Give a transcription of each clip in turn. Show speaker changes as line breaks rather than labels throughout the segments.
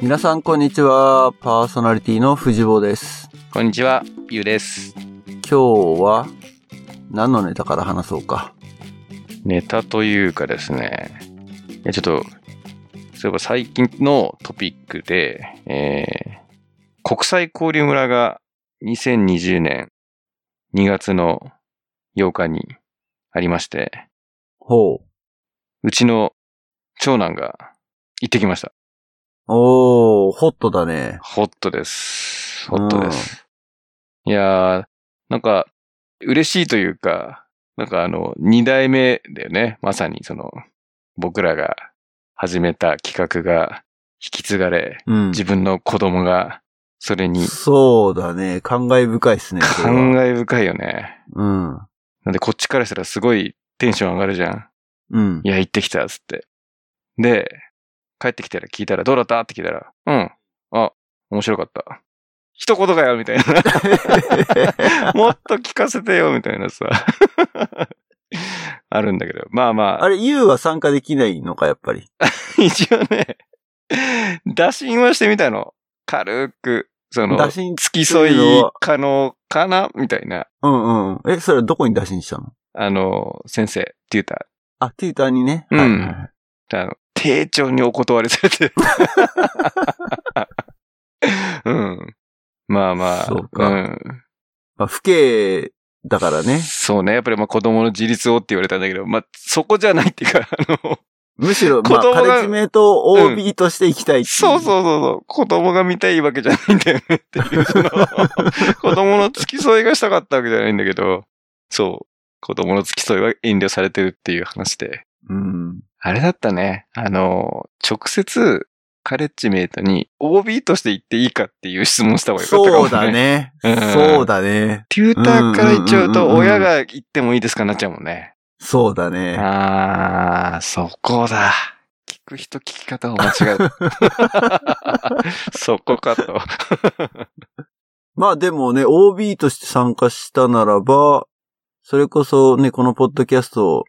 皆さんこんにちは。パーソナリティの藤坊です。
こんにちは、ゆうです。
今日は何のネタから話そうか。
ネタというかですね、いやちょっと、そういえば最近のトピックで、えー、国際交流村が2020年2月の8日にありまして、
ほう。
うちの長男が行ってきました。
おー、ホットだね。
ホットです。ホットです。いやー、なんか、嬉しいというか、なんかあの、二代目だよね。まさにその、僕らが始めた企画が引き継がれ、
うん。
自分の子供がそれに
そうだね。感慨深いっすね。それは
感慨深いよね。
うん。
なんでこっちからしたらすごいテンション上がるじゃん。
うん
い。や、行ってきた、つって。で、帰ってきたら聞いたら、どうだったって聞いたら、うん。あ、面白かった。一言かよ、みたいな。もっと聞かせてよ、みたいなさ。 あるんだけど。まあま
あ
あ、
れ、ユウは参加できないのか、やっぱり。
一応ね、打診はしてみたの。軽く、その、
打診、
付き添い
っていうのは
可能かなみたいな。
うんうん。え、それはどこに打診したの
あの、先生、テューター
あ、テューターにね。
うん
はいはいはい
あの、丁重にお断りされて。 うん。まあまあ。
そうか
うん
まあ、不敬だからね。
そうね。やっぱりまあ子供の自立をって言われたんだけど、まあそこじゃないっていうか、あの、
むしろ、まあ、
子供
カ
が
レッジメイト OB として行きたいってい
そうそうそうそう、子供が見たいわけじゃないんだよねっていう、その、子供の付き添いがしたかったわけじゃないんだけど、そう、子供の付き添いは遠慮されてるっていう話で。
うん。
あれだったね。あの、直接、カレッジメイトに OB として行っていいかっていう質問した方がよかったかも
そ
ね。
うだ。ね。
うん
そうだね。
テューターから行っちゃう
うん
と、
うんうんうん
親が行ってもいいですかになっちゃうもんね。
そうだね。
あー、そこだ。聞く人聞き方を間違 えた。そこかと。
まあでもね、OB として参加したならば、それこそね、このポッドキャストを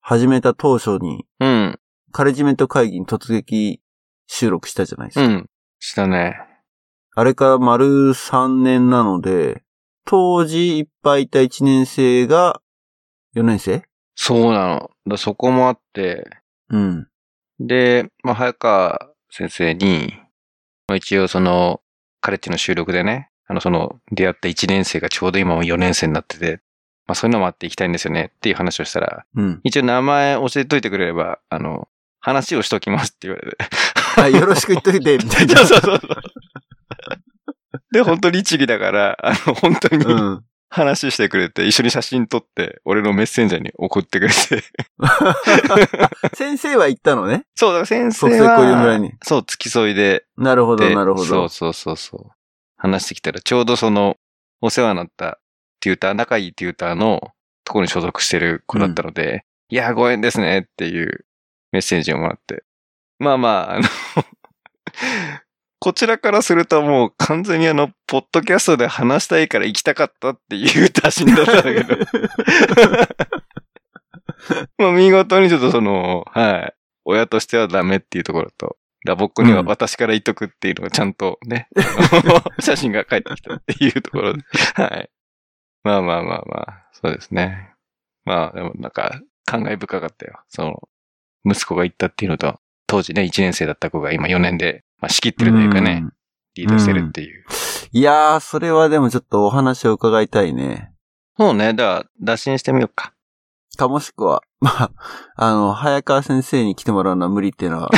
始めた当初に、
うん、
カレッジメント会議に突撃収録したじゃないです
う
か。
ん。したね。
あれから丸3年なので、当時いっぱいいた1年生が4年生
そうなの。だそこもあって、
うん。
で、まあ、早川先生に、まあ、一応その、カレッジの収録でね、あの、その、出会った1年生がちょうど今も4年生になってて、まあ、そういうのもあって行きたいんですよねっていう話をしたら、
うん。
一応名前教えといてくれれば、あの、話をしときますって言われて。
あ、よろしく言っといて、みたい な
そう。そうそう。で、本当に律儀だから、あの、本当
う
に
ん。
話してくれて、一緒に写真撮って、俺のメッセンジャーに送ってくれて。
先生は行ったのね。
そう、だから先生
国際交流村に
は、そう、付き添いで
なるほど、
で
なるほ
そう
ど。
そうそうそう。話してきたら、ちょうどその、お世話になったテューター、仲いいテューターのところに所属してる子だったので、いやー、ご縁ですねっていうメッセージをもらって。まあまあ、あの、こちらからするともう完全にあの、ポッドキャストで話したいから行きたかったっていう打診だったんだけど。 まあ見事にちょっとその、はい。親としてはダメっていうところと、ラボっ子には私から言っとくっていうのがちゃんと ね、写真が返ってきたっていうとこ ろで、はい。まあまあまあまあ、そうですね。まあ、でもなんか、感慨深かったよ。その、息子が行ったっていうのと、当時ね、1年生だった子が今4年で、まあ仕切ってるというかね、
うん
リードしてるっていう。
いやー、それはでもちょっとお話を伺いたいね。
そうね、だから、打診してみようか。
かもしくは、まあ、あの、早川先生に来てもらうのは無理っていうのは、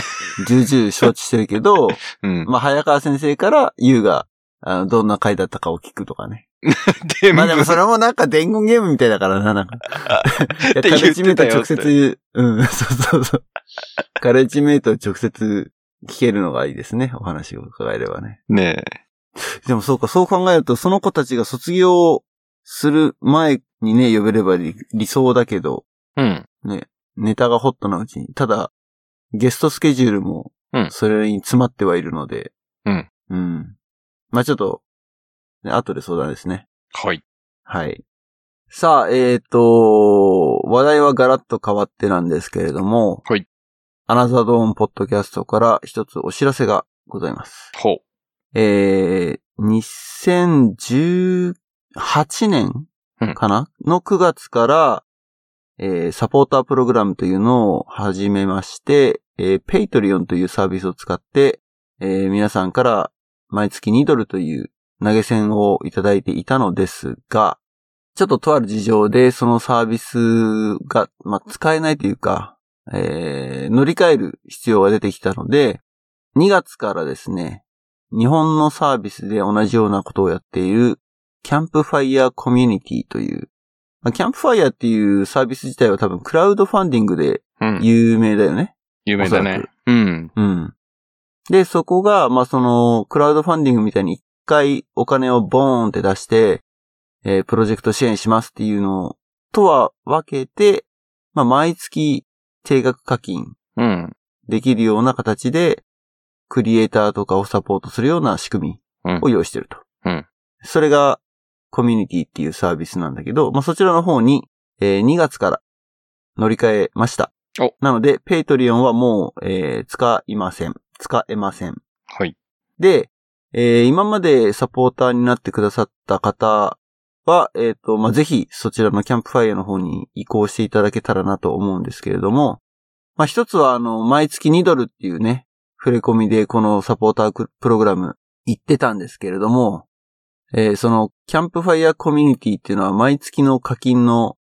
重々承知してるけ ど、
うん。
まあ、早川先生から、優が、あの、どんな回だったかを聞くとかね。
で
まあでもそれもなんか伝言ゲームみたいだからな、なん か。いや
って言ってたよ
カレッジメイト直接、うん、 そうそうそう。カレッジメイト直接聞けるのがいいですね、お話を伺えればね。
ね
でもそうか、そう考えると、その子たちが卒業する前にね、呼べれば理理想だけど、
え。うん。
ネタがホットなうちに。ただ、ゲストスケジュールも
うん、
それに詰まってはいるので、
うん。
うん。まあちょっと、ね後で相談ですね。
はい。
はい。さあ、えっ、と、話題はガラッと変わってなんですけれども、
はい。
アナザードーンポッドキャストから一つお知らせがございます。
ほう。
えー、2018年かな、の9月から、えーサポータープログラムというのを始めまして、えー、ペイトリオンというサービスを使って、えー皆さんから毎月2ドルという投げ銭をいただいていたのですが、ちょっととある事情でそのサービスが、まあ、使えないというか、えー乗り換える必要が出てきたので、2月からですね、日本のサービスで同じようなことをやっている、キャンプファイヤーコミュニティという、まあキャンプファイヤーっていうサービス自体は多分クラウドファンディングで
うん。
有名だよね。
有名だ
おそ
ね
らく。
うん。
うん。で、そこが、まあ、その、クラウドファンディングみたいに一回お金をボーンって出して、えープロジェクト支援しますっていうのとは分けて、まあ、毎月定額課金
うん。
できるような形で、クリエイターとかをサポートするような仕組みを用意してると。
うんうん
それが、コミュニティっていうサービスなんだけど、まあ、そちらの方に、えー2月から乗り換えました。
お
なので、ペイトリオンはもう、えー使いません。使えません。
はい。
で、えー今までサポーターになってくださった方は、えっ、と、まあ、ぜひそちらのキャンプファイヤーの方に移行していただけたらなと思うんですけれども、まあ、一つは、あの、毎月2ドルっていうね、触れ込みでこのサポータークプログラム行ってたんですけれども、えーその、キャンプファイヤーコミュニティっていうのは毎月の課金の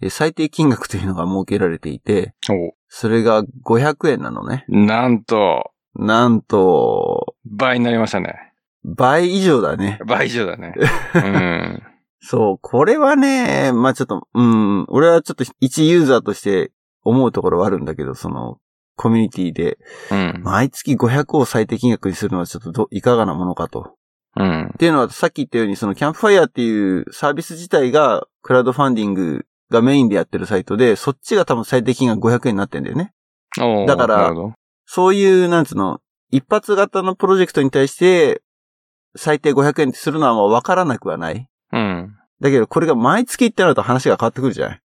えー最低金額というのが設けられていて、
お
それが500円なのね。
なんと、
なんと、
倍になりましたね。
倍以上だね。
倍以上 だね。うん。
そう、これはね、まあちょっと、うん、俺はちょっと一ユーザーとして思うところはあるんだけど、その、コミュニティで、
うん。
毎月500を最低金額にするのはちょっとど、いかがなものかと。
うん
っ。ていうのは、さっき言ったように、その、キャンプファイヤーっていうサービス自体が、クラウドファンディングがメインでやってるサイトで、そっちが多分最低金額500円になってんだよね。
おー
だから
なるほど。
そういう、なんつうの、一発型のプロジェクトに対して、最低500円ってするのはまあわからなくはない。
うん。
だけど、これが毎月ってなると話が変わってくるじゃない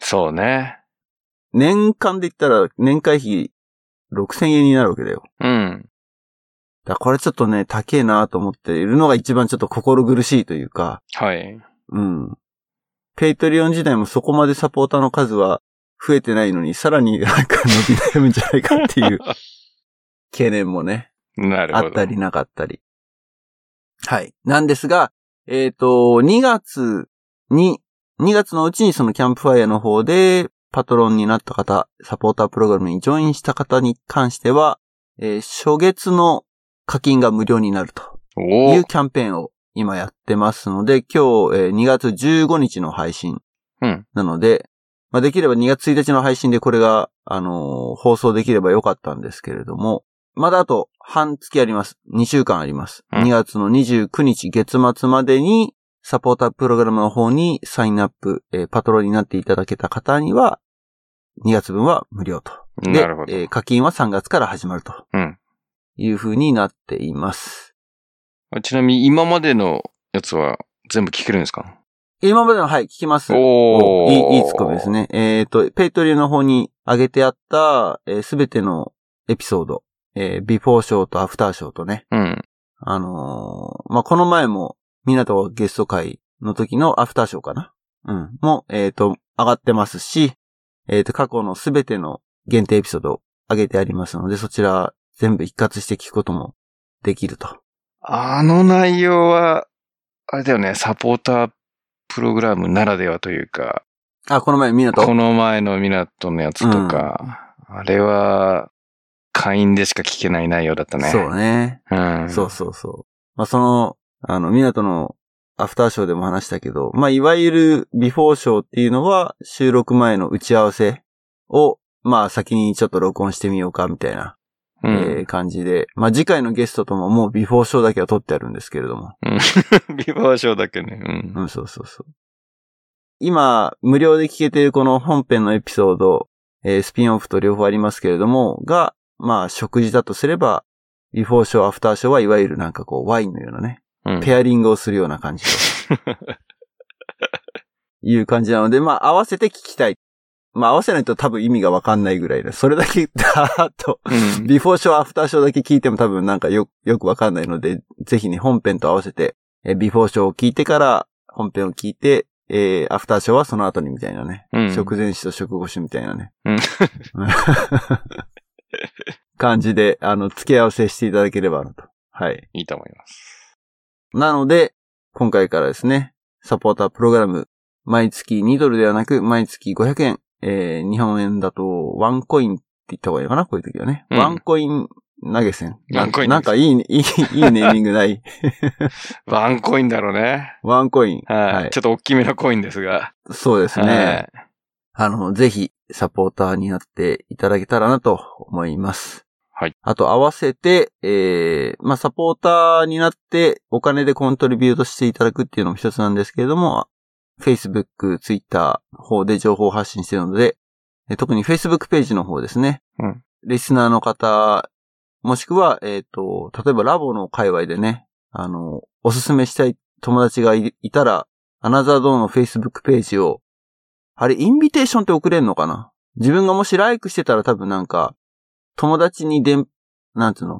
そうね。
年間で言ったら年会費6000円になるわけだよ。
うん。
だからこれちょっとね、高えなと思っているのが一番ちょっと心苦しいというか、
はい。
うん。ペイトリオン時代もそこまでサポーターの数は増えてないのに、さらになんか伸び悩むんじゃないかっていう懸念もね、
なるほ
あ
ど。
ったりなかったり。はい。なんですが、えっ、と、2月に、2月のうちにそのキャンプファイアの方で、パトロンになった方、サポータープログラムにジョインした方に関しては、えー初月の課金が無料になると
お
い
ー
うキャンペーンを今やってますので、今日、えー2月15日の配信
うん
なので、まあ、できれば2月1日の配信でこれが、あのー放送できればよかったんですけれども、まだあと半月あります。2週間あります。
うん
2月の29日月末までに、サポータープログラムの方にサインアップ、えーパトロンになっていただけた方には、2月分は無料と。で
なるほど。
えー課金は3月から始まると。
うん
いう風になっています。
ちなみに今までのやつは全部聞けるんですか
今までの、はい、聞きます。
おー
いい、いいツッコミです。ね。えっ、と、ペイトリの方に上げてあった、えすべてのエピソード、えー、ビフォーショーとアフターショーとね、
うん。
あのーまあ、この前も、みなとゲスト会の時のアフターショーかなうん。も、えっ、と、上がってますし、えっ、と、過去のすべての限定エピソードを上げてありますので、そちら全部一括して聞くこともできると。
あの内容は、あれだよね、サポータープログラムならではというか、
あ、この前みなと
この前のミナトのやつとか、あれは、会員でしか聞けない内容だったね。
そう。ね。
うん。
そうそうそう。まあ、その、あの、港のアフターショーでも話したけど、まあ、いわゆるビフォーショーっていうのは収録前の打ち合わせを、まあ、先にちょっと録音してみようか、みたいな、
うん。
えー感じで。まあ、次回のゲストとももうビフォーショーだけは撮ってあるんですけれども。
うんビバーショーだけね。うん。
うん、そうそうそう。今、無料で聞けてるこの本編のエピソード、えースピンオフと両方ありますけれども、が、まあ、食事だとすれば、ビフォーショー、アフターショーはいわゆるなんかこう、ワインのようなね、
うん
ペアリングをするような感じという感じなので、まあ、合わせて聞きたい。まあ合わせないと多分意味がわかんないぐらいで、それだけだーっと、
うん。
ビフォーショー、アフターショーだけ聞いても多分なんかよ、よくわかんないので、ぜひね、本編と合わせて、えービフォーショーを聞いてから、本編を聞いて、えーアフターショーはその後にみたいなね。
うん
食前酒と食後酒みたいなね。
うん
感じで、あの、付け合わせしていただければなと。はい。
いいと思います。
なので、今回からですね、サポータープログラム、毎月2ドルではなく、毎月500円。えー日本円だと、ワンコインって言った方がいいのかなこういう時はね。
うん
ワンコイン投げ銭。
ワンコイン投げ銭
なんかいい、いい、いいネーミングない。
ワンコインだろうね。
ワンコイン。
はい。ちょっと大きめのコインですが。
そうですね。
はい。
あの、ぜひ、サポーターになっていただけたらなと思います。
はい。
あと、合わせて、えー、まあ、サポーターになって、お金でコントリビュートしていただくっていうのも一つなんですけれども、Facebook、Twitter の方で情報発信しているので、え特に Facebook ページの方ですね。
うん
リスナーの方、もしくは、えっ、と、例えばラボの界隈でね、あの、おすすめしたい友達がいいたら、アナザードーンの Facebook ページをあれ、インビテーションって送れんのかな自分がもしライクしてたら多分なんか、友達にでん、なんつうの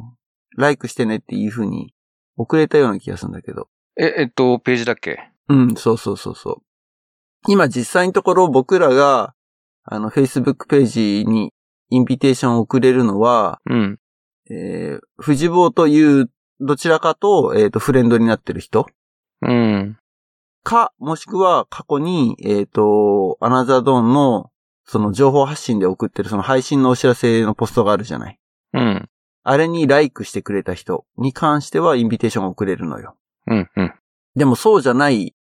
ライクしてねっていう風に送れたような気がするんだけど。
え、えっと、ページだっけ
うん、そうそうそうそう。今実際のところ僕らが、あの、Facebook ページにインビテーションを送れるのは、
うん。
えー、藤坊という、どちらかと、えっ、と、フレンドになってる人
うん。
か、もしくは過去に、えっ、と、アナザードーンの、その情報発信で送ってるその配信のお知らせのポストがあるじゃない。
うん。
あれにライクしてくれた人に関してはインビテーションを送れるのよ。
うん。うん。
でもそうじゃない。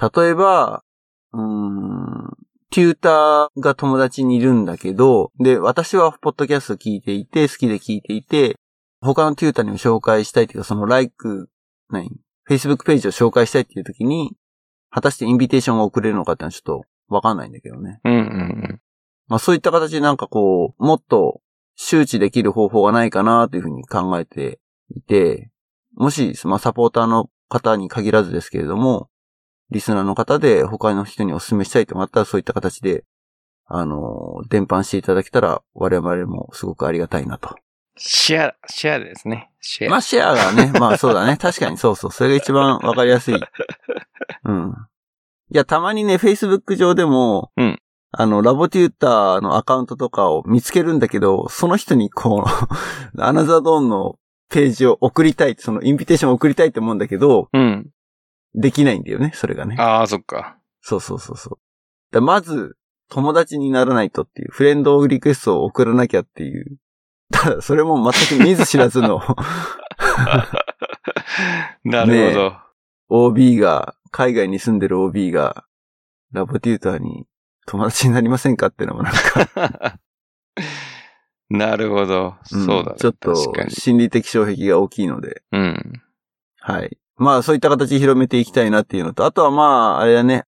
例えば、うーん、テューターが友達にいるんだけど、で、私はポッドキャスト聞いていて、好きで聞いていて、他のテューターにも紹介したいというか、そのライク、何 ?Facebook ページを紹介したいっていう時に、果たしてインビテーションが送れるのかってのはちょっとわかんないんだけどね。
うん。うん。
まあそういった形でなんかこう、もっと周知できる方法がないかなというふうに考えていて、もし、まあサポーターの方に限らずですけれども、リスナーの方で他の人にお勧めしたいと思ったらそういった形で、あの、伝播していただけたら我々もすごくありがたいなと。
シェア、シェアですね。シェア。
まあシェアがね、まあそうだ ね。確かにそうそう。それが一番わかりやすい。うん。いや、たまにね、Facebook 上でも、
うん
あの、ラボテューターのアカウントとかを見つけるんだけど、その人にこう、 アナザードーンのページを送りたい、そのインビテーションを送りたいって思うんだけど、
うん。
できないんだよね、それがね。
ああ、そっか。
そうそうそうそう。だまず、友達にならないとっていう、フレンドリクエストを送らなきゃっていう。ただ、それも全く見ず知らずの
なるほど。
OB が、海外に住んでる OB が、ラボテューターに友達になりませんかってのもなんか、
なるほど。
ん
そうだね。
ちょっと
確かに。
心理的障壁が大きいので、
うん。
はい。まあそういった形で広めていきたいなっていうのと、あとはまあ、あれだね、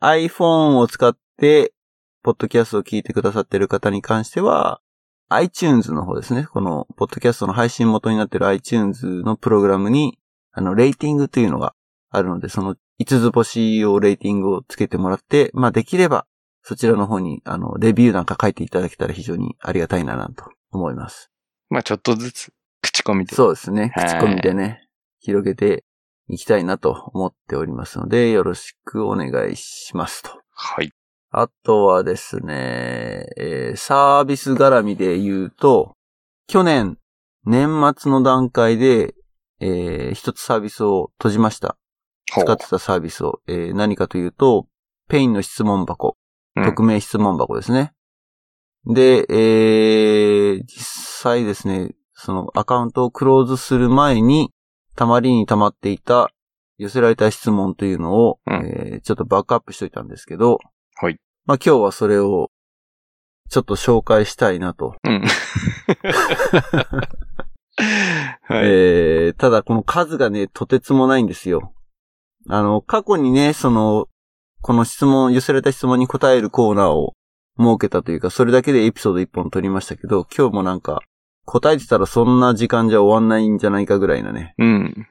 iPhone を使って、ポッドキャストを聞いてくださってる方に関しては、iTunes の方ですね。この、ポッドキャストの配信元になってる iTunes のプログラムに、あの、レーティングというのがあるので、その5つ星をレーティングをつけてもらって、まあできれば、そちらの方に、あの、レビューなんか書いていただけたら非常にありがたいななと思います。
まあ、ちょっとずつ、口コミで。
そうですね。
はい
口コミでね、広げていきたいなと思っておりますので、よろしくお願いしますと。
はい。
あとはですね、えーサービス絡みで言うと、去年、年末の段階で、えー一つサービスを閉じました。
ほう
使ってたサービスを。えー何かというと、ペインの質問箱。
うん
匿名質問箱ですね。で、えー、実際ですね、そのアカウントをクローズする前に、たまりに溜まっていた寄せられた質問というのを、
うん
えーちょっとバックアップしといたんですけど、
はい。
まあ今日はそれを、ちょっと紹介したいなと。
うん。はい。
えー、ただこの数がね、とてつもないんですよ。あの、過去にね、その、この質問、寄せられた質問に答えるコーナーを設けたというか、それだけでエピソード1本撮りましたけど、今日もなんか、答えてたらそんな時間じゃ終わんないんじゃないかぐらいなね、
うん。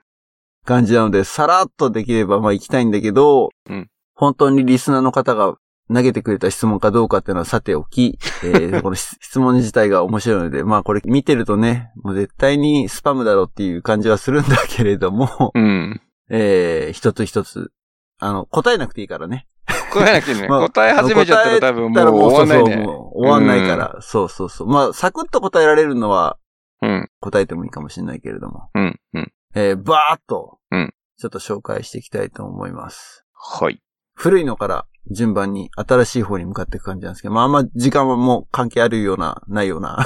感じなので、さらっとできればまあ行きたいんだけど、
うん
本当にリスナーの方が投げてくれた質問かどうかっていうのはさてお き、えーこの質質問自体が面白いので、まあこれ見てるとね、もう絶対にスパムだろうっていう感じはするんだけれども、
うん。
えー一つ一つ、あの、答えなくていいからね。
答えなきゃね、
まあ
答え始めちゃったら多分もう終わんない
そうそう
ね。
もう終わんないから、そうそうそう。まあ、サクッと答えられるのは
うん、
答えてもいいかもしれないけれども。
うん、うん。
えーバーっと、
うん
ちょっと紹介していきたいと思います。
はい。
古いのから順番に新しい方に向かっていく感じなんですけど、まああんま時間はもう関係あるような、ないような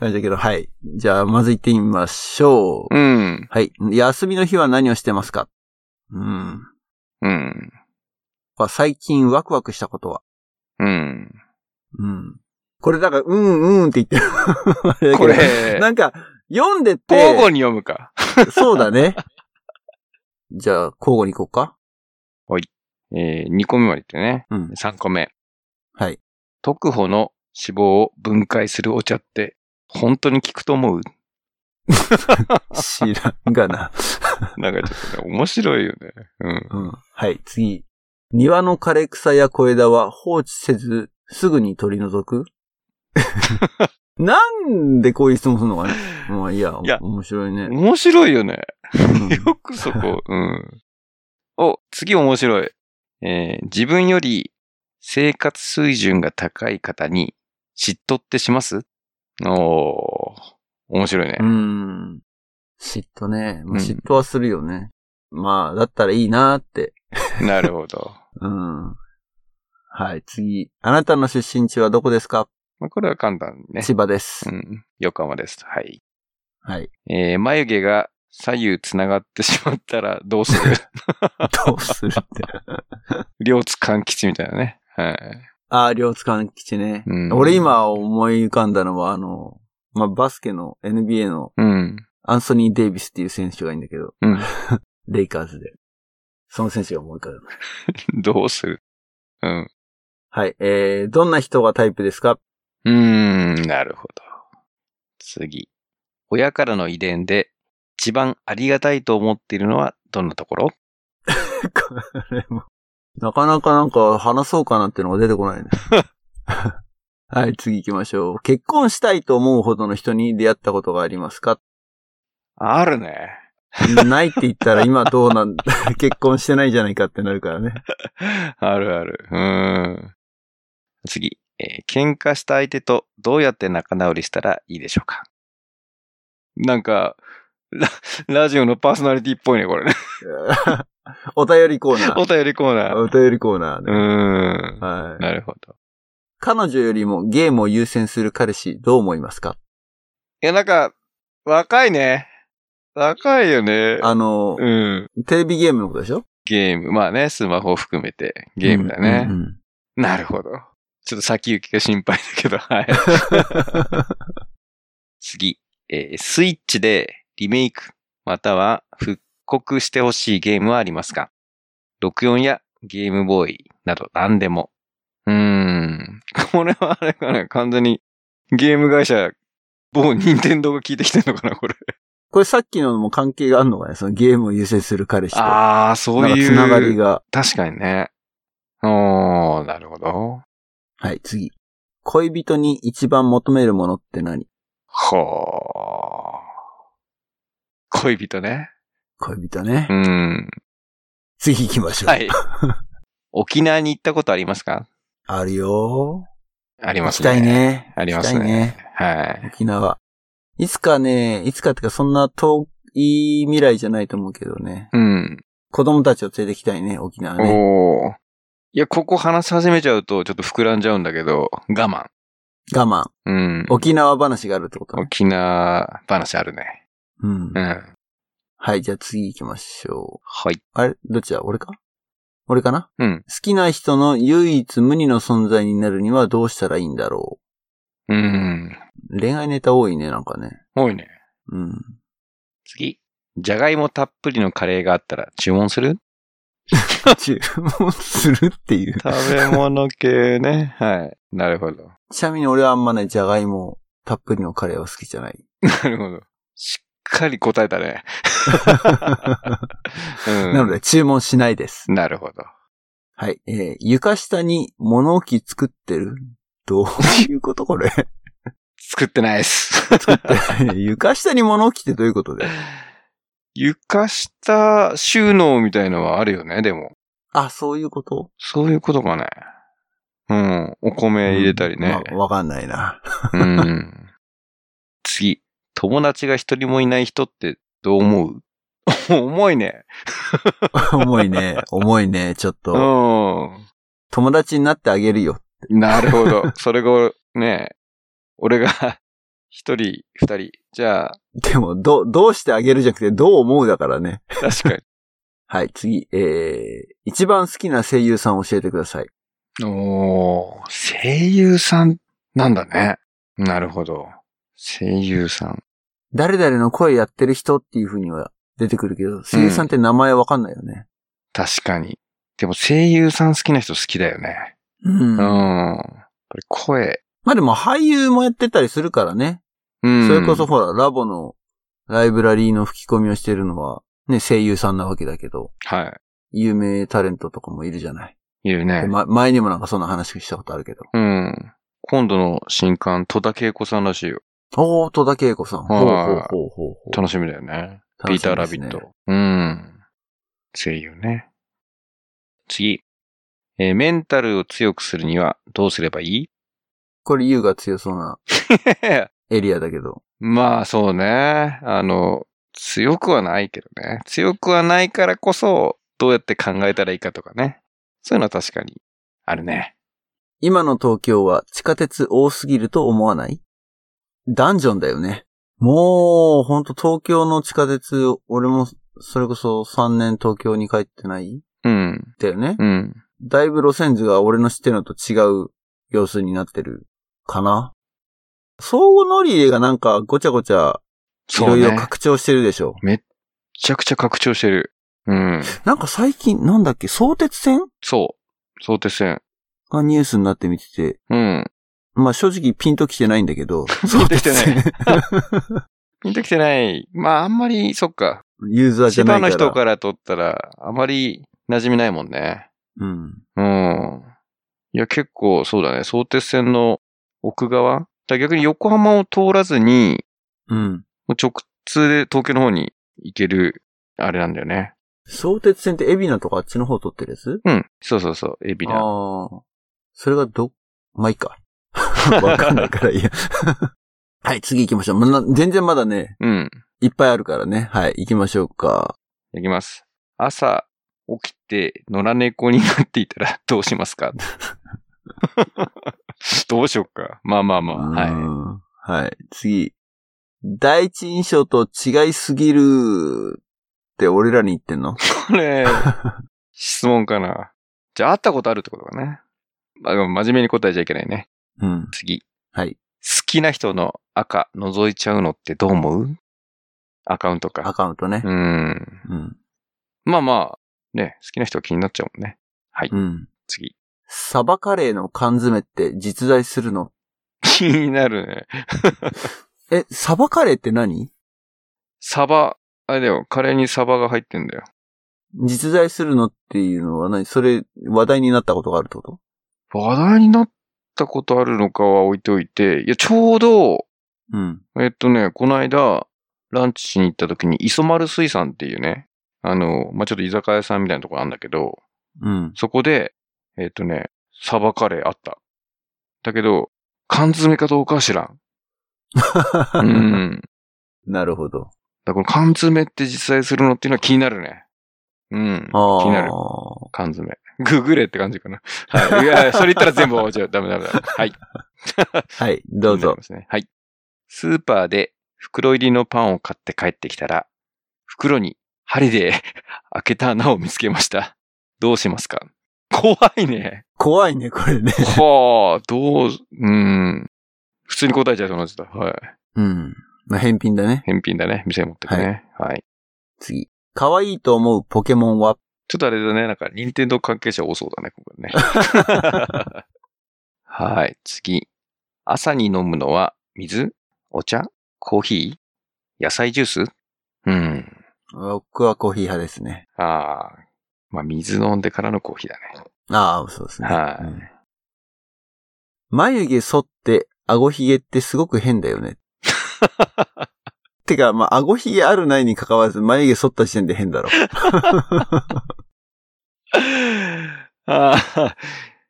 感じだけど、はい。じゃあ、まず行ってみましょう。
うん、
はい。休みの日は何をしてますかうん。
うん、
まあ最近ワクワクしたことは
うん。
うん。これだから、うんうんって言ってる あれだけど。
これ、
なんか、読んでって。
交互に読むか。
そうだね。じゃあ、交互に行こうか。
えー、2個目まで言ってね。
うん。
3個目。
はい。
特保の脂肪を分解するお茶って、本当に効くと思う
知らんがな。
なんかちょっとね、面白いよね。うん。
うん。はい、次。庭の枯れ草や小枝は放置せず、すぐに取り除 くなんでこういう質問するのかね。まあいいや、
いや
面白いね。
面白いよね。
うん
よくそこ。 うん。お、次面白い。えー自分より生活水準が高い方に嫉妬ってしますおー、面白いね
う。ん。嫉妬ね。まあ、
うん
嫉妬はするよね。まあ、だったらいいなーって。
なるほど。
うん。はい、次。あなたの出身地はどこですか、
まあ、これは簡単ね。
千葉です
う。ん。横浜です。はい。
はい。
えー眉毛が左右つながってしまったらどうす る
どうするって。
両津勘吉みたいなね。はい。
ああ、両津勘吉ね。
うん
俺今思い浮かんだのは、あの、まあ、バスケの NBA の
うん。
アンソニー・デイビスっていう選手がいいんだけど、
うん
レイカーズで。その選手が思い浮かぶ。
どうするうん。
はい。えー、どんな人がタイプですか
うーん、なるほど。次。親からの遺伝で一番ありがたいと思っているのはどんなところ
これもなかなかなんか話そうかなっていうのが出てこ ないね。はい、次行きましょう。結婚したいと思うほどの人に出会ったことがありますか
あるね。
ないって言ったら今どうなん結婚してないじゃないかってなるから ね。
あるある。うーん。次。えー喧嘩した相手とどうやって仲直りしたらいいでしょうかなんか、ラ、ラジオのパーソナリティっぽいね、これね。
お便りコーナ
お便りコー
ー。
ナー。
お便りコーナー
うー
ね。
ん。
はい。
なるほど。
彼女よりもゲームを優先する彼氏、どう思いますか
いや、なんか、若いね。若いよね。
あの、
うん。
テレビゲームのことでしょ
ゲーム。まあね、スマホを含めてゲームだね。
うんうんうん
なるほど。ちょっと先行きが心配だけ ど、はい。 次。えースイッチでリメイク、または復刻してほしいゲームはありますか ?64 やゲームボーイなど何でも。うーん。これはあれかな完全にゲーム会社、某任天堂が聞いてきてんのかなこれ。
これさっきのも関係があるのかねそのゲームを優先する彼氏と。
ああ、そ
な
うん
か
いう。
つながりが。
確かにね。おー、なるほど。
はい、次。恋人に一番求めるものって何
はあ。恋人ね。
恋人ね。
うん。
次行きましょう。
はい。沖縄に行ったことありますか
あるよ
あり
ー。行
ま
き
すね。
たい。ね。
ありますね
行きたいね。
はい。
沖縄。いつかね、いつかってかそんな遠い未来じゃないと思うけどね。
うん。
子供たちを連れてきたいね、沖縄ね。
おー。いや、ここ話し始めちゃうとちょっと膨らんじゃうんだけど、我慢。
我慢。
うん。
沖縄話があるってことね。
沖縄話あるね。
うん
う。ん。
はい、じゃあ次行きましょう。
はい。
あれどっちだ俺か俺かな
うん。
好きな人の唯一無二の存在になるにはどうしたらいいんだろ
うん。
う。恋愛ネタ多いね、なんかね。
多いね。
うん。
次。じゃがいもたっぷりのカレーがあったら注文する
注文するっていう。
食べ物系ね。はい。なるほど。
ちなみに俺はあんまね、じゃがいもたっぷりのカレーは好きじゃない。
なるほど。しっかり答えたね。うん、
なので注文しないです。
なるほど。
はい。えー床下に物置作ってるどういうことこれ
作ってないです。
床下に物置ってどういうことで
床下収納みたいのはあるよね、でも。
あ、そういうこと
そういうことかね。うん。お米入れたりね。
まあわかんないな。
うん。次。友達が一人もいない人ってどう思う 重いね。
重いね。重いね。ちょっ
う
と。
ん。
友達になってあげるよ。
なるほど。それが、ね、俺が、一人、二人。じゃあ、
でも、ど、どうしてあげるじゃなくて、どう思うだからね。
確か
はい、次。えー、一番好きな声優さん教えてください。
に。おー、声優さんなんだね。なるほど。声優さん。
誰々の声やってる人っていう風には出てくるけど、声優さんって名前わかんないよね。
確かに。でも声優さん好きな人好きだよね。
うん。
うん。
ま
やっぱり声。
あでも俳優もやってたりするからね。
うん。
それこそほら、ラボのライブラリーの吹き込みをしてるのは、ね、声優さんなわけだけど、
は
有名タレントとかもいるじゃない。
い。いるね
で。ま、前にもなんかそんな話したことあるけど。
うん。今度の新刊、戸田恵子さんらしいよ。
おー、戸田恵子さん。ほう
はい
ほうほうほうほう。
楽しみだよね。ピ
楽
ーター・ラ
し
ビ
みです
ッ
ね
ト。。うん。声優ね。次。えーメンタルを強くするにはどうすればいい
これ優が強そうなエリアだけど。
まあそうね。あの、強くはないけどね。強くはないからこそ、どうやって考えたらいいかとかね。そういうのは確かにあるね。
今の東京は地下鉄多すぎると思わないダンジョンだよね。もう、ほんと東京の地下鉄、俺もそれこそ3年東京に帰ってないん
うん。
だよね。
うん。
だいぶ路線図が俺の知ってるのと違う様子になってるかな。相互乗り入れがなんかごちゃごちゃい
そ
ろ
う
いろ
ね。め
拡張してるでしょ。
ちゃくちゃ拡張してる。うん。
なんか最近なんだっけ、相鉄線
そう。相鉄線。
がニュースになってみてて、
うん。
まあ正直ピンときてないんだけ ど、相
ときてない
鉄線
ピンときてない。まああんまり、そっか。
ユーザーじ
千
ゃな
葉
いか
の
ら。
人から撮ったら、あまり馴染みないもんね。
うん。
うん。いや、結構そうだね。相鉄線の奥側。だから逆に横浜を通らずに、
うん。
もう直通で東京の方に行ける、あれなんだよね。
相鉄線って海老名とかあっちの方取ってるやつ
うん。そうそうそう。エビ
ああ
ナ。
ー。それがど、まあ、いいか。 わかんないからいいや。 はい、次行きましょう。まあな全然まだね、
うん。
いっぱいあるからね。はい、行きましょうか。
行きます。朝、起きて、野良猫になっていたら どうしますかどうしよっか。まあまあまあ。
う
は
んはい、次。第一印象と違いすぎるって俺らに言ってんの
い。これ、質問かな。じゃあ、会ったことあるってことかね。まあ、でも真面目に答えちゃいけないね。
うん。
次。
はい。
好きな人の赤覗いちゃうのってどう思うアカウント
ア
か。
カウントね
う。ん。
うん。
まあまあ、ね、好きな人は気になっちゃうもんね。
うん。
次。
サバカレーの缶詰って実在するの
気になるね。
え、サバカレーって何
サバ、あれだよ、カレーにサバが入ってんだよ。
実在するのっていうのは何それ、話題になったことがあるってこと
話題になったことあるのかは置いておいて、いや、ちょうど、
うん。
えっとね、この間、ランチしに行った時に、磯丸水産っていうね、あの、まあ、ちょっと居酒屋さんみたいなとこなんだけど、
うん。
そこで、えっ、とね、サバカレーあった。だけど、缶詰かどうかは知らん。うん。
なるほど。
だからこの缶詰って実際するのっていうのは気になるね。うん。
ああ。
気になる缶詰。ググれって感じかな。はい。いや、それ言ったら全 部終わっちゃう。ダメダメダメ。はい。
はい、どう
気にな
ぞ
り。ますね。はい。スーパーで袋入りのパンを買って帰ってきたら、袋に針で 開けた穴を見つけました。どうしますか怖いね。
怖いね、これね。
はあ、どう、うん。普通に答えちゃいそうになっちゃった。はい。
うん。まあ、返品だね。
返品だね。店に持ってくね。はい。
次。可愛いと思うポケモンは
ちょっとあれだね。なんか、任天堂関係者多そうだね、ここね。 はい。次。朝に飲むのは、水お茶コーヒー野菜ジュースうん。
僕はコーヒー派ですね。
ああ。まあ、水飲んでからのコーヒーだね。
ああ、そうですね。
はい
うん眉毛剃って、顎ひげってすごく変だよね。てか、まあ、顎ひげあるないに関わらず、眉毛剃った時点で変だろ。
ああ、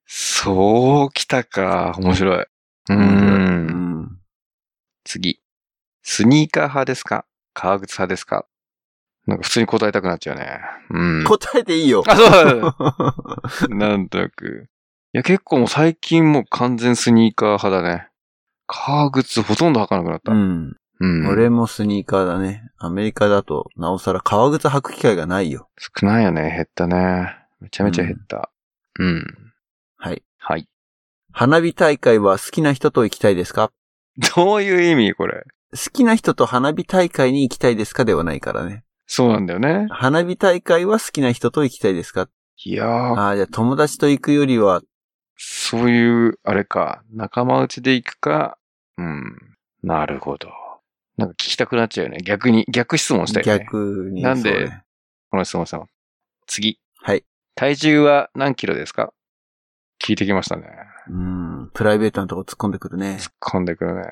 そう来たか。面白い。うー。
うんん。
次。スニーカー派ですか革靴派ですかなんか普通に答えたくなっちゃうね。うん。
答えて いいよ。
あ、そうだね。 なんとなく。いや、結構もう最近もう完全スニーカー派だね。革靴ほとんど履かなくなった。
うん。
うん。
俺もスニーカーだね。アメリカだと、なおさら革靴履く機会がないよ。
少ないよね。減ったね。めちゃめちゃ減った。うん。
はい。
はい。
花火大会は好きな人と行きたいですか
どういう意味これ。
好きな人と花火大会に行きたいですかではないからね。
そうなんだよね。
花火大会は好きな人と行きたいですか
いやー、
ああ、じゃあ友達と行くよりは、
そういう、あれか、仲間内で行くか、うん。なるほど。なんか聞きたくなっちゃうよね。逆に、逆質問したいよね。
逆に、
なんで
そうね
この質問したの。次。
はい。
体重は何キロですか聞いてきましたね。
うん、プライベートなとこ突っ込んでくるね。
突っ込んでくるね。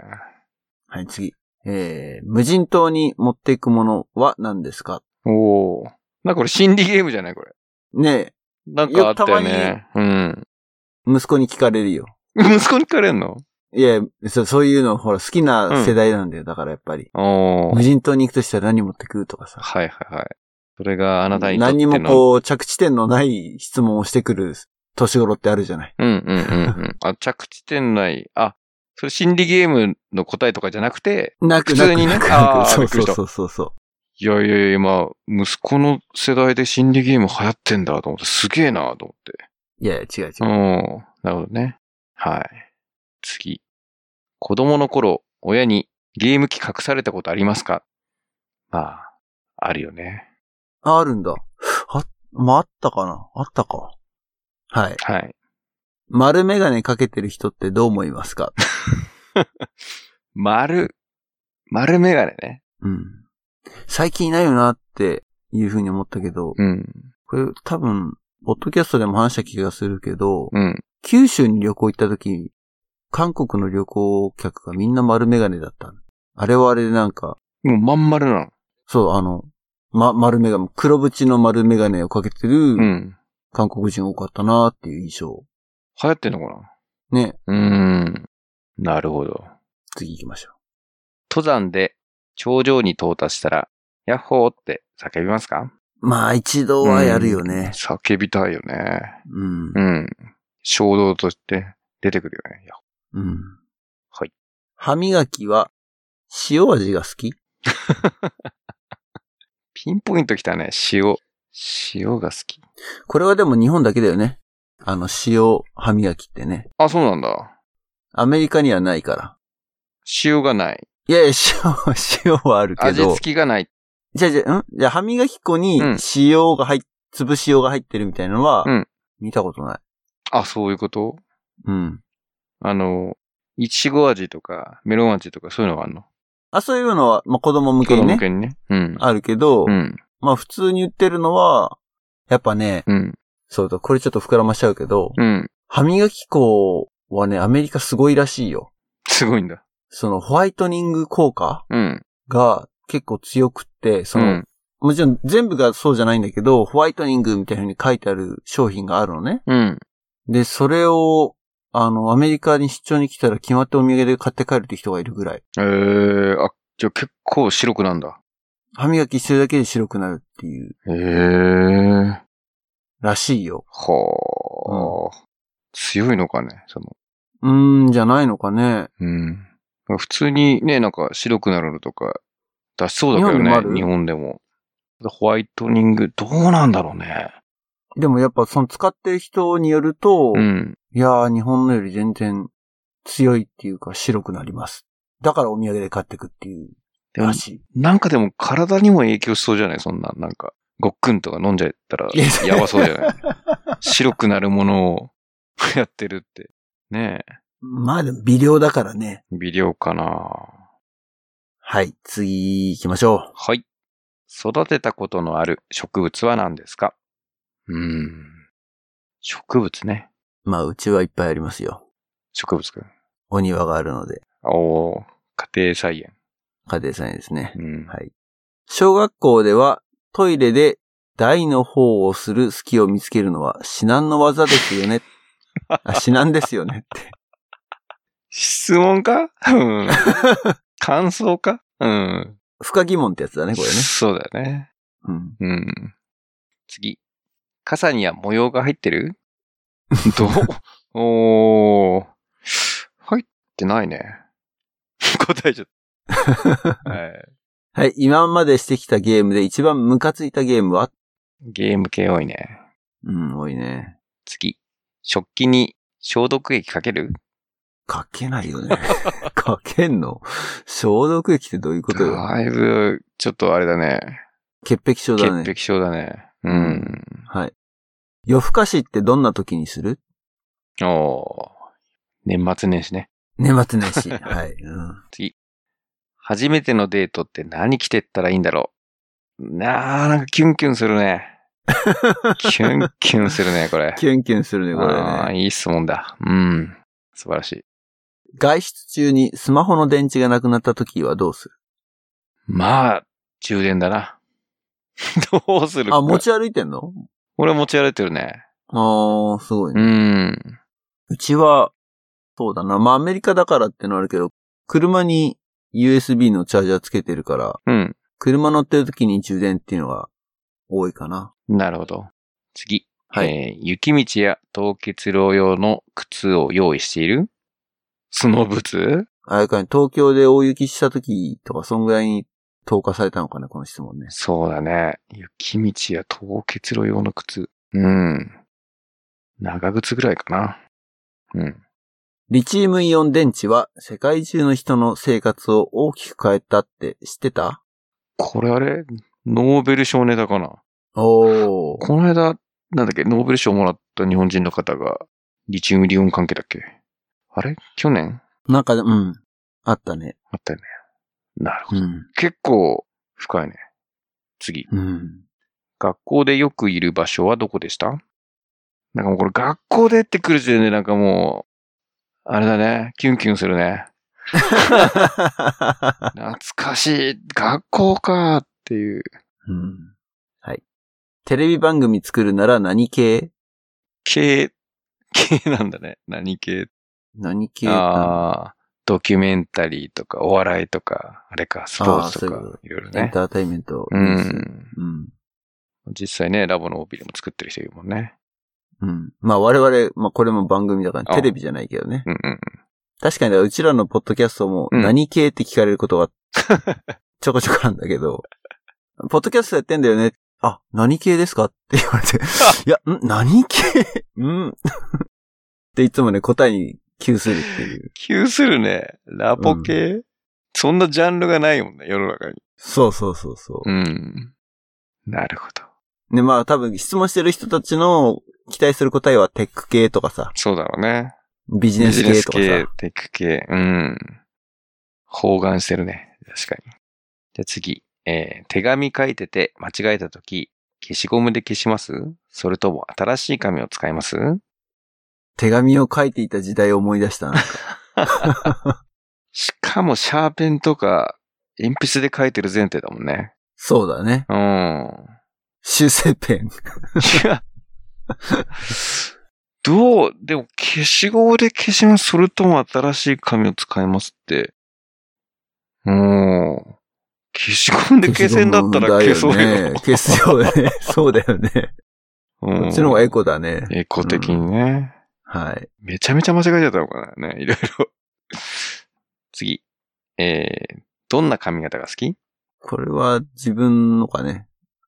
はい、次。えー、無人島に持っていくものは何ですか
おー。なんかこれ心理ゲームじゃないこれ。
ね
なんかあったよね。うん。
え、息子に聞かれるよ。
息子に聞かれん の
いや、そそういうの、ほら、好きな世代なんだよ。だからやっぱり。
お
無
ー。
人島に行くとしたら何持ってくるとかさ。
はいはいはい。それがあなたにとって
何
の。
にもこう、着地点のない質問をしてくる年頃ってあるじゃない。
うんうんうんうん。 あ、着地点内。あ、それ心理ゲームの答えとかじゃなくて、
なく
普
な
通
く
にね
なく
あ
な
ー
く。そう
びっくりした
そうそうそう。
いやいやいや、今、息子の世代で心理ゲーム流行ってんだと思って、すげえなと思って。
いやいや、違う
う
違
ん
う。。
なるほどね。はい。次。子供の頃、親にゲーム機隠されたことありますかまあ、あるよね。
あ、あるんだ。あ、まあ、あったかなあったか。はい。
はい。
丸メガネかけてる人ってどう思いますか
丸、丸メガネね。
うん。最近いないよなっていうふうに思ったけど、
うん。
これ多分、ポッドキャストでも話した気がするけど、
うん。
九州に旅行行った時、韓国の旅行客がみんな丸メガネだった。あれはあれでなんか、
もうまん丸なの。
そう、あの、ま、丸メガネ、黒縁の丸メガネをかけて
う
る
ん。
韓国人多かったなっていう印象。
流行ってんのかな
ね、
うーん。なるほど。
次行きましょ
登山で頂上に到達したら、ヤッホーって叫びますか
う。まあ、一度はやるよね。
叫びたいよね。
うん
う。ん。衝動として出てくるよね。ヤッホ
うん。
はい。
歯磨きは、塩味が好き
ーピンポイントきたね。塩。塩が好き。
これはでも日本だけだよね。あの、塩歯磨きってね。
あ、そうなんだ。
アメリカにはないから。
塩がない。
いやいや、塩、塩は あるけど。
味付きがない。
じゃあじゃあ、んじゃあ歯磨き粉に
うん
塩が入っ、粒塩が入ってるみたいなのは、
うん
見たことない。
あ、そういうこと
うん。
あの、いちご味とか、メロン味とか、そういうのがあるの
あ、そういうのは、まあ、子供向
子
けに
供
ね
向、けにね。うん。
あるけど、
うん。
まあ、普通に売ってるのは、やっぱね、
うん。
そうだ、これちょっと膨らましちゃうけど、
うん。
歯磨き粉はね、アメリカすごいらしいよ。
すごいんだ。
その、ホワイトニング効果
うん。
が結構強くって、
う
その、
ん。
もちろん全部がそうじゃないんだけど、ホワイトニングみたいな風に書いてある商品があるのね。
うん。
で、それを、あの、アメリカに出張に来たら決まってお土産で買って帰るって人がいるぐらい。
えー、あ、じゃあ結構白くなんだ。
歯磨きしてるだけで白くなるっていう、
へえ。
らしいよ。
はあ、強いのかね、その。
うーん、じゃないのかね。
うん。普通にね、なんか白くなるのとか出しそうだけど
日本でもあ
ね、
る
日本でも。ホワイトニング、どうなんだろうね。
でもやっぱその使ってる人によると、
うん。
いやー、日本のより全然強いっていうか白くなります。だからお土産で買ってくっていう、
でも
ら、し
なんかでも体にも影響しそうじゃないそんな、なんか、ごっくんとか飲んじゃったら
いやそ、れ
やばそうじゃない白くなるものを やってるって。ねえ、
い。まあでも微量だからね。
微量かな。
はい、次行きましょう。
はい。育てたことのある植物は何ですかうーん。植物ね。
まあ、うちはいっぱいありますよ。
植物くん。
お庭があるので、
おー、家庭菜園。
家庭菜園ですね。
うん。
はい。小学校ではトイレで台の方をする隙を見つけるのは至難の技ですよ ね。あ、至難ですよねって。
質問か うん。感想かうん。
不可疑問ってやつだね、 これね。
そうだね。
うん。
うん。次。傘には模様が入っ てるどうおー。入ってないね。 答えち ゃった。はい。
はい、今までしてきたゲームで一番ムカついたゲームは
ゲーム系多いね。
うん、多いね。
次。食器に消毒液かける
書けないよね。 書けんの消毒液ってどういうことよ
だいぶ、ちょっとあれだね。
潔癖症だ
潔
ね。
癖症だね。うん。
はい。夜更かしってどんな時にする
おー。年末年始ね。
年末年始。 はい。うん
初めてのデートって何着てったらいいんだろうなあ、なんかキュンキュンす るね。キュンキュンするね、これ。
キュンキュンするね、これ
ああ
ね。
いい質問だ。うん。素晴らしい。
外出中にスマホの電池がなくなった時はどうする
まあ、充電だな。 どうするか。
あ、持ち歩いてんの
俺持ち歩いてるね。
ああ、すごいうね。
ん。
うちは、そうだな。まあ、アメリカだからってのはあるけど、車に USB のチャージャーつけてるから、
うん。
車乗ってる時に充電っていうのが多いかな。
なるほど。次。
はい
えー雪道や凍結路用の靴を用意しているスノーブーツ
あれかね、東京で大雪した時とか、そんぐらいに投下されたのかな、この質問ね。
そうだね。雪道や凍結路用の靴。うん。長靴ぐらいかな。うん。
リチウムイオン電池は世界中の人の生活を大きく変えたって知ってた
これあれノーベル賞ネタかな
おー。
この間、なんだっけ、ノーベル賞もらった日本人の方が、リチウムイオン関係だっけあれ去年
なんか、うん。あったね。
あったよね。なるほ
う
ど。
ん。
結構、深いね。次。
うん。
学校でよくいる場所はどこでしたなんかもうこれ学校でってくる時点でなんかもう、あれだね。キュンキュンするね。懐かしい。学校かっていう。
うん。 はい。テレビ番組作るなら何系
系、系なんだね。何系
何系
ああ、ドキュメンタリーとか、お笑いとか、あれか、スポーツと
あーそういうこ
か、いろいろ
エン
ね。
ターテインメント。
う
ニュース
ん。
うん。
実際ね、ラボの OB でも作ってる人いるもんね。
うん。まあ我々、まあこれも番組だから
あ
テレビじゃないけどね。
うんうん。
確かにうちらのポッドキャストも
うん
何系って聞かれることが ちょこちょこなんだけど、ポッドキャストやってんだよね。あ、何系ですかって言わ れて、いや、ん何系うん。っていつもね、答えに窮するっていう。
急するね。ラボ系、そんなジャンルがないもんね、世の中に。
そうそうそうそう。
うん。なるほど。
ね、まあ多分質問してる人たちの期待する答えはテック系とかさ、
そうだろうね。
ビジネ
ビ
ス
ジネ
系
ス
とか
系
さ。、
テック系。うん。包含してるね。確かに。じゃあ次。えー手紙書いてて間違えたとき、消しゴムで消しますそれとも新しい紙を使います
手紙を書いていた時代を思い出したな。
しかもシャーペンとか、鉛筆で書いてる前提だもんね。
そうだね。
うん。
修正ペン。
いや、 どう、でも消しゴムで消します、それとも新しい紙を使いますって。うん。消しゴムで消せんだったら消そう
消しゴム
よ。
だね消すよね。そうだよね。
う
こ
ん
っちの方がエコだね。
エコ的にね。
はい。
めちゃめちゃ間違えちゃったのかなね、いろいろ。 次。えー、どんな髪型が好き
これは自分のかね。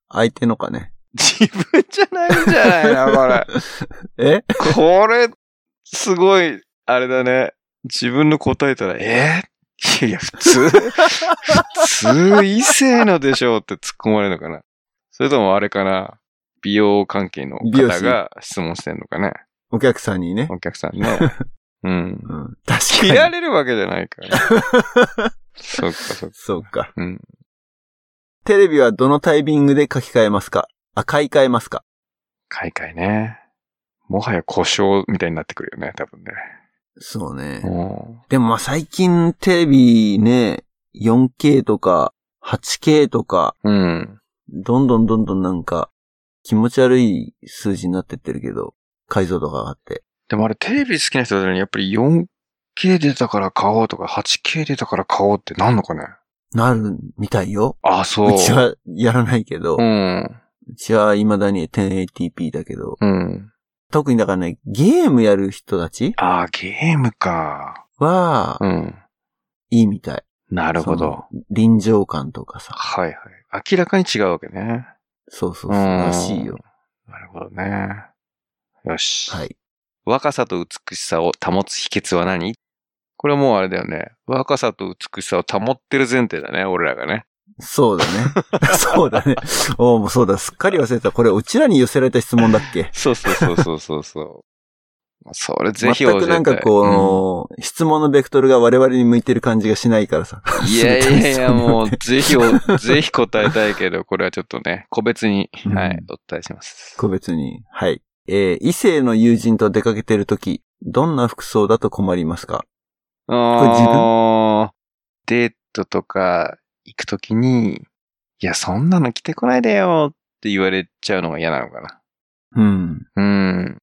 相手のかね。
自分じゃないんじゃないな、これ。
え
これ、すごい、あれだね。自分の答えたら、えーいやいや、普通、普通異性のでしょうって突っ込まれるのかな。それともあれかな。美容関係の
美容
方
師
が質問してんのかね。
お客さんにね。
お客さ んね。うん
う。ん。確
切
からに。
れるわけじゃないから。そっかそっか。
そうか。
うん。
テレビはどのタイミングで書き換えますかあ、買い換えますか
買い替えね。もはや故障みたいになってくるよね、多分ね。
そうね。
うん
でもまあ最近テレビね、4K とか 8K とか、
うん。
どんどんどんどんなんか気持ち悪い数字になってってるけど、解像度が上がって。
でもあれテレビ好きな人たちにやっぱり 4K 出たから買おうとか 8K 出たから買おうってなんのかね
なるみたいよ。
ああ、そう。
うちはやらないけど、
うん。
うちは未だに 1080p だけど、
うん。
特にだからね、ゲームやる人たち
ああ、ゲームか。
は、
うん。
いいみたい。
なるほど。
臨場感とかさ。
はいはい。明らかに違うわけね。
そうそうそう
う、ん
らしいよ。
なるほどね。よし。
はい。
若さと美しさを保つ秘訣は何これもうあれだよね。若さと美しさを保ってる前提だね、俺らがね。
そうだね。 そうだね。おうもうそうだ。すっかり忘れた。これ、うちらに寄せられた質問だっけ
そうそうそうそうそう そう。まあそれぜひ
全くなんかこう、質問のベクトルが我々に向いてる感じがしないからさ。
うん いやいやいや、も
う
う、ぜひお、 ぜひ答えたいけど、これはちょっとね、個別に、
うん
はい、お伝えします。
個別に。はい。えー異性の友人と出かけてるとき、どんな服装だと困りますかれ自
あーデートとか行くときに、いや、そんなの着てこないでよって言われちゃうのが嫌なのかな。
うん。
うん。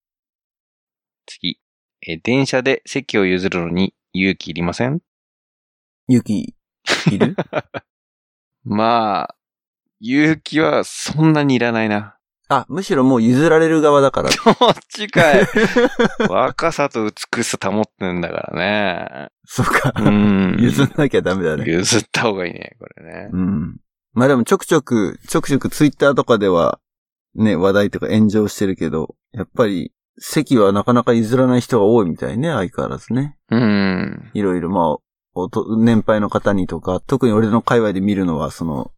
次。え、電車で席を譲るのに勇気いりません
ゆき、い る
まあ、勇気はそんなにいらないな。
あ、むしろもう譲られる側だから。
どっちか い若さと美しさ保ってんだ から
そうか。
ね。うん。
譲んなきゃダメだね。
譲った方がいいね、これね。
うん。まあでもちょくちょく、ちょくちょくツイッターとかでは、ね、話題とか炎上してるけど、やっぱり席はなかなか譲らない人が多いみたいね、相変わらずね。
うん。
いろいろ、まあ、おと年配の方にとか、特に俺の界隈で見るのは、その、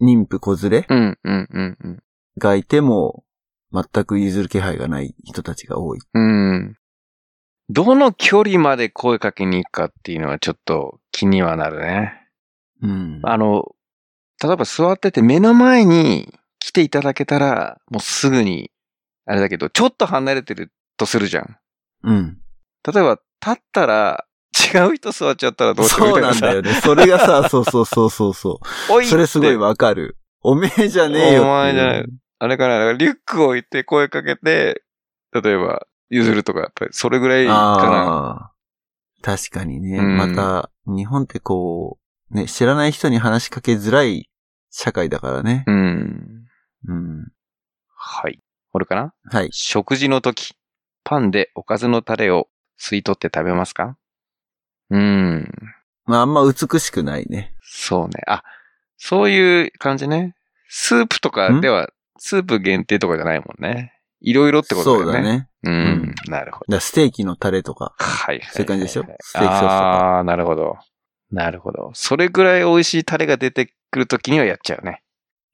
妊婦子連れ
うん、うん、うん、
がいても、全く譲る気配がない人たちが多い。
うん。うん。どの距離まで声かけに行くかっていうのはちょっと気にはなるね。
うん。
あの、例えば座ってて目の前に来ていただけたら、もうすぐに、あれだけど、ちょっと離れてるとするじゃん。
うん。
例えば、立ったら、違う人座っちゃったらどうしようみ
そう
たい
な
なんさ
だよね。それがさ、 そうそうそうそうそう。
おいって
それすごいわかる。おめえじゃねえよっていう。
お前じゃないあれかな、だからリュックを置いて声かけて、例えば、譲るとか、やっぱりそれぐらいか
ああ。確かにね。
うん
また、日本ってこう、ね、知らない人に話しかけづらい社会だからね。
な。うん。
うん。
はい。これかな
はい。
食事の時、パンでおかずのタレを吸い取って食べますかうん。
まあ、あんま美しくないね。
そうね。あ、そういう感じね。スープとかでは、スープ限定とかじゃないもんね。いろいろってことだ
そうだ
よね。
ね。だか
うん。なるほど。
らステーキのタレとか。
はいはいはい。
そういう感じでしょステーキソースとか
ああー、なるほど。なるほど。それぐらい美味しいタレが出てくるときにはやっちゃうね。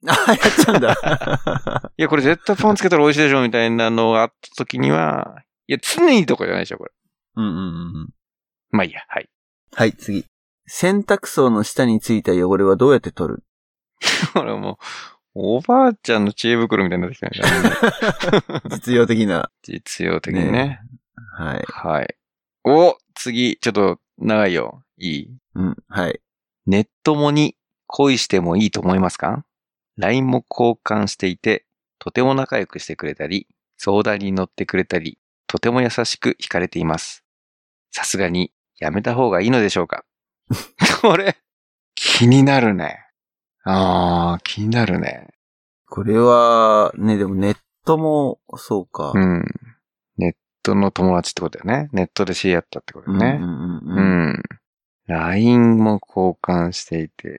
あ、やっちゃうん だ。
いや、これ絶対パンつけたら美味しいでしょみたいなのがあったときには、いや、常にとかじゃないでしょ、これ。
うんうんうんうん。
まあいいや、はい。
はい、次。洗濯槽の下についた汚れはどうやって取る
これもう、おばあちゃんの知恵袋みたいになってきたね。
実用的な。
実用的にね
ねはい。
はい。お次、ちょっと長いよ。いい
うん、はい。
ネットもに恋してもいいと思いますか ?LINE も交換していて、とても仲良くしてくれたり、相談に乗ってくれたり、とても優しく惹かれています。さすがに、やめた方がいいのでしょうか これ、気になるね。あー、気になるね。
これは、ね、でもネットも、そうか。
うん。ネットの友達ってことだよね。ネットで知り合ったってことだよね。
うんうんうん
う
うん。
ん。LINE も交換していて。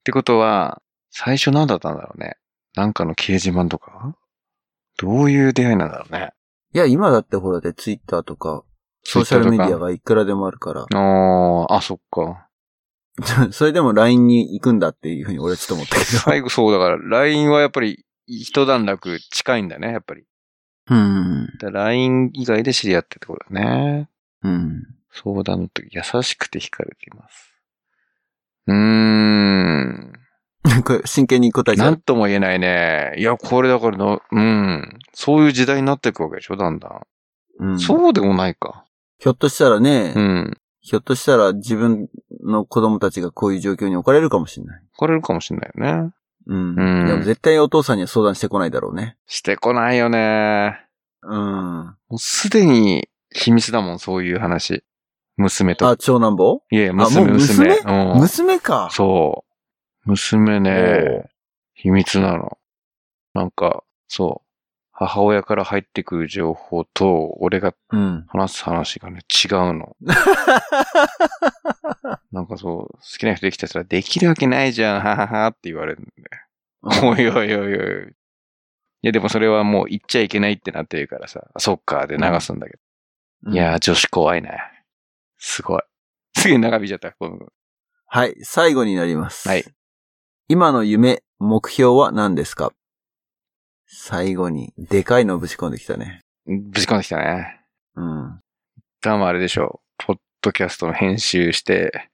ってことは、最初何だったんだろうね。なんかの掲示板とかどういう出会いなんだろうね。
いや、今だってほらで、ツイッターとか、ソーシャルメディアがいくらでもあるから、
ああ、あ、そっか。
それでも LINE に行くんだっていうふうに俺はちょっと思ったけど。
最後そうだから、LINE はやっぱり一段落近いんだね、やっぱり。
うん。
だ LINE 以外で知り合ってってことだね。
うん。
相談の時、優しくて惹かれています。うーん。
これ、真剣に答えちゃ
な。
うん
とも言えないね。いや、これだからの、うん。そういう時代になっていくわけでしょ、だんだん。
うん、ひ
そうでもないか。
ょっとしたらね、
うん。
ひょっとしたら自分の子供たちがこういう状況に置かれるかもしれない。
来れるかもしれないよね。
うん。
うん
でも絶対お父さんには相談してこないだろうね。
してこないよね。
うん。あ、
もうすでに秘密だもん、そういう話。娘と。
長男坊
いやいや、娘、
もう
娘。うん
娘か。
そう。娘
お
ね、秘密なの。なんか、そう。母親から入ってくる情報と、俺が
うん。
話す話がね、違う の。なんかそう、好きな人できたら、できるわけないじゃん、はははって言われるんだよ。おいおいおいおい。いや、でもそれはもう言っちゃいけないってなってるからさ、そっか、で流すんだけ
うん
ど。いやー、女子怖いね。すごい。すげえ長引いちゃった。ごめんごめん
はい、最後になります。
はい。
今の夢、目標は何ですか最後に、でかいのぶち込んできたね。
ぶち込んできたね。
うん。
多分あれでしょう。ポッドキャストの編集して、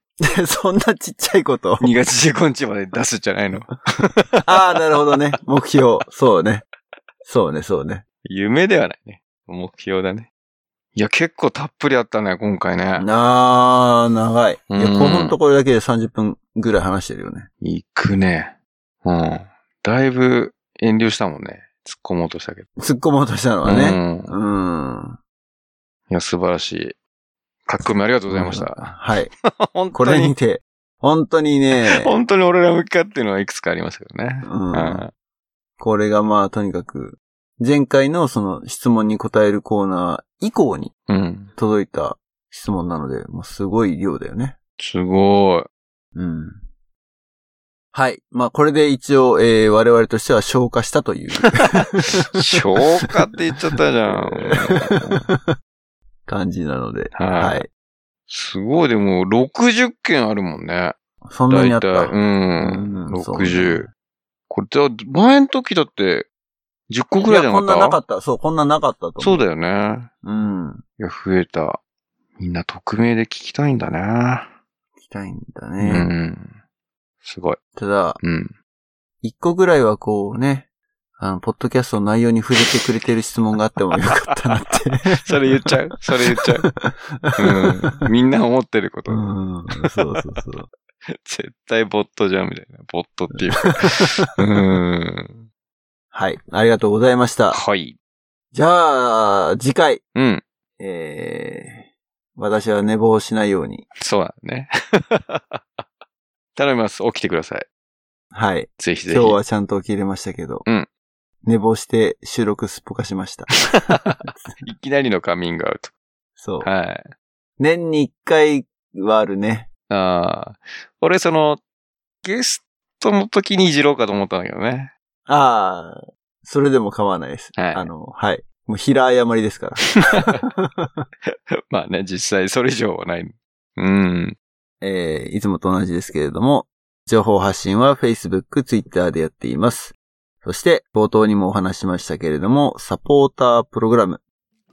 そんなちっちゃいこと。
2月15日まで出すんじゃないの
ああ、なるほどね。目標。そうね。そうね、そうね。
夢ではないね。目標だね。いや、結構たっぷりあったね、今回ね。
なあ、長い。いや、
うん
このところだけで30分ぐらい話してるよね。
行くね。うん。だいぶ遠慮したもんね。突っ込もうとしたけど。
突っ込もうとしたのはね。
うん。
うん。
いや、素晴らしい。かっこいいありがとうございました。
はい。
本
こ
当
れに
に、
て、本当に ね、
本当に俺ら向きかっていうのはいくつかありますけどね。
う。
うん
これがまあ、とにかく、前回のその質問に答えるコーナー以降に
うん。
届いた質問なので、もうすごい量だよね。
すごい。
うん。はい。まあ、これで一応、えー、我々としては消化した という
消化って言っちゃった じゃん。
感じなので。
はい
はい。
すごい、でも、60件あるもんね。
そんな
だ
にあ
い
った
い。
た。
うん。
うんそう
60。これ、だ前の時だって、10個ぐらいじゃな
いやこん
かっ
な
た
なかった。そう、こんななかったと思う。
そうだよね。
うん。聞
いや、増えた。みんな匿名で聞きたいんだね。
きたいんだ
う
ね。
ん。すごい。
ただ、
うん。
一個ぐらいはこうね、あの、ポッドキャストの内容に触れてくれてる質問があってもよかったなって。
それ言っちゃうそれ言っちゃう。うん。みんな思ってること。
うん、そうそうそう。
絶対ボットじゃん、みたいな。ボットっていうか。うん。
はい。ありがとうございました。
はい。
じゃあ、次回、
うん。
えー、私は寝坊しないように。
そうだ ね。頼みます。起きてください。
はい。
ぜひぜひ。
今日はちゃんと起きれましたけど。
うん
寝坊して収録すっぽかしました。
いきなりのカミングアウト。
そう。
はい。
年に一回はあるね。
ああ。俺、その、ゲストの時にいじろうかと思ったんだけどね。
ああ、それでも構わないです。
はい
あの、はい。もう平誤りですから。
まあね、実際それ以上はない。うん。
えーいつもと同じですけれども、情報発信は Facebook、Twitter でやっています。そして、冒頭にもお話ししましたけれども、サポータープログラム。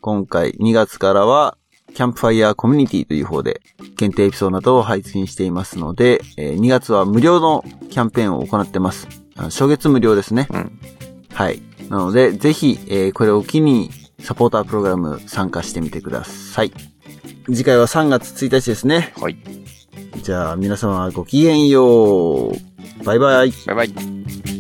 今回2月からは、キャンプファイヤーコミュニティという方で、限定エピソードなどを配信していますので、えー2月は無料のキャンペーンを行ってます。あの初月無料ですね。
うん
はい。なので、ぜひ、えーこれを機に、サポータープログラム参加してみてください。次回は3月1日ですね。
はい。
じゃあ皆様ごきげんよう。バイバイ。
バイバイ。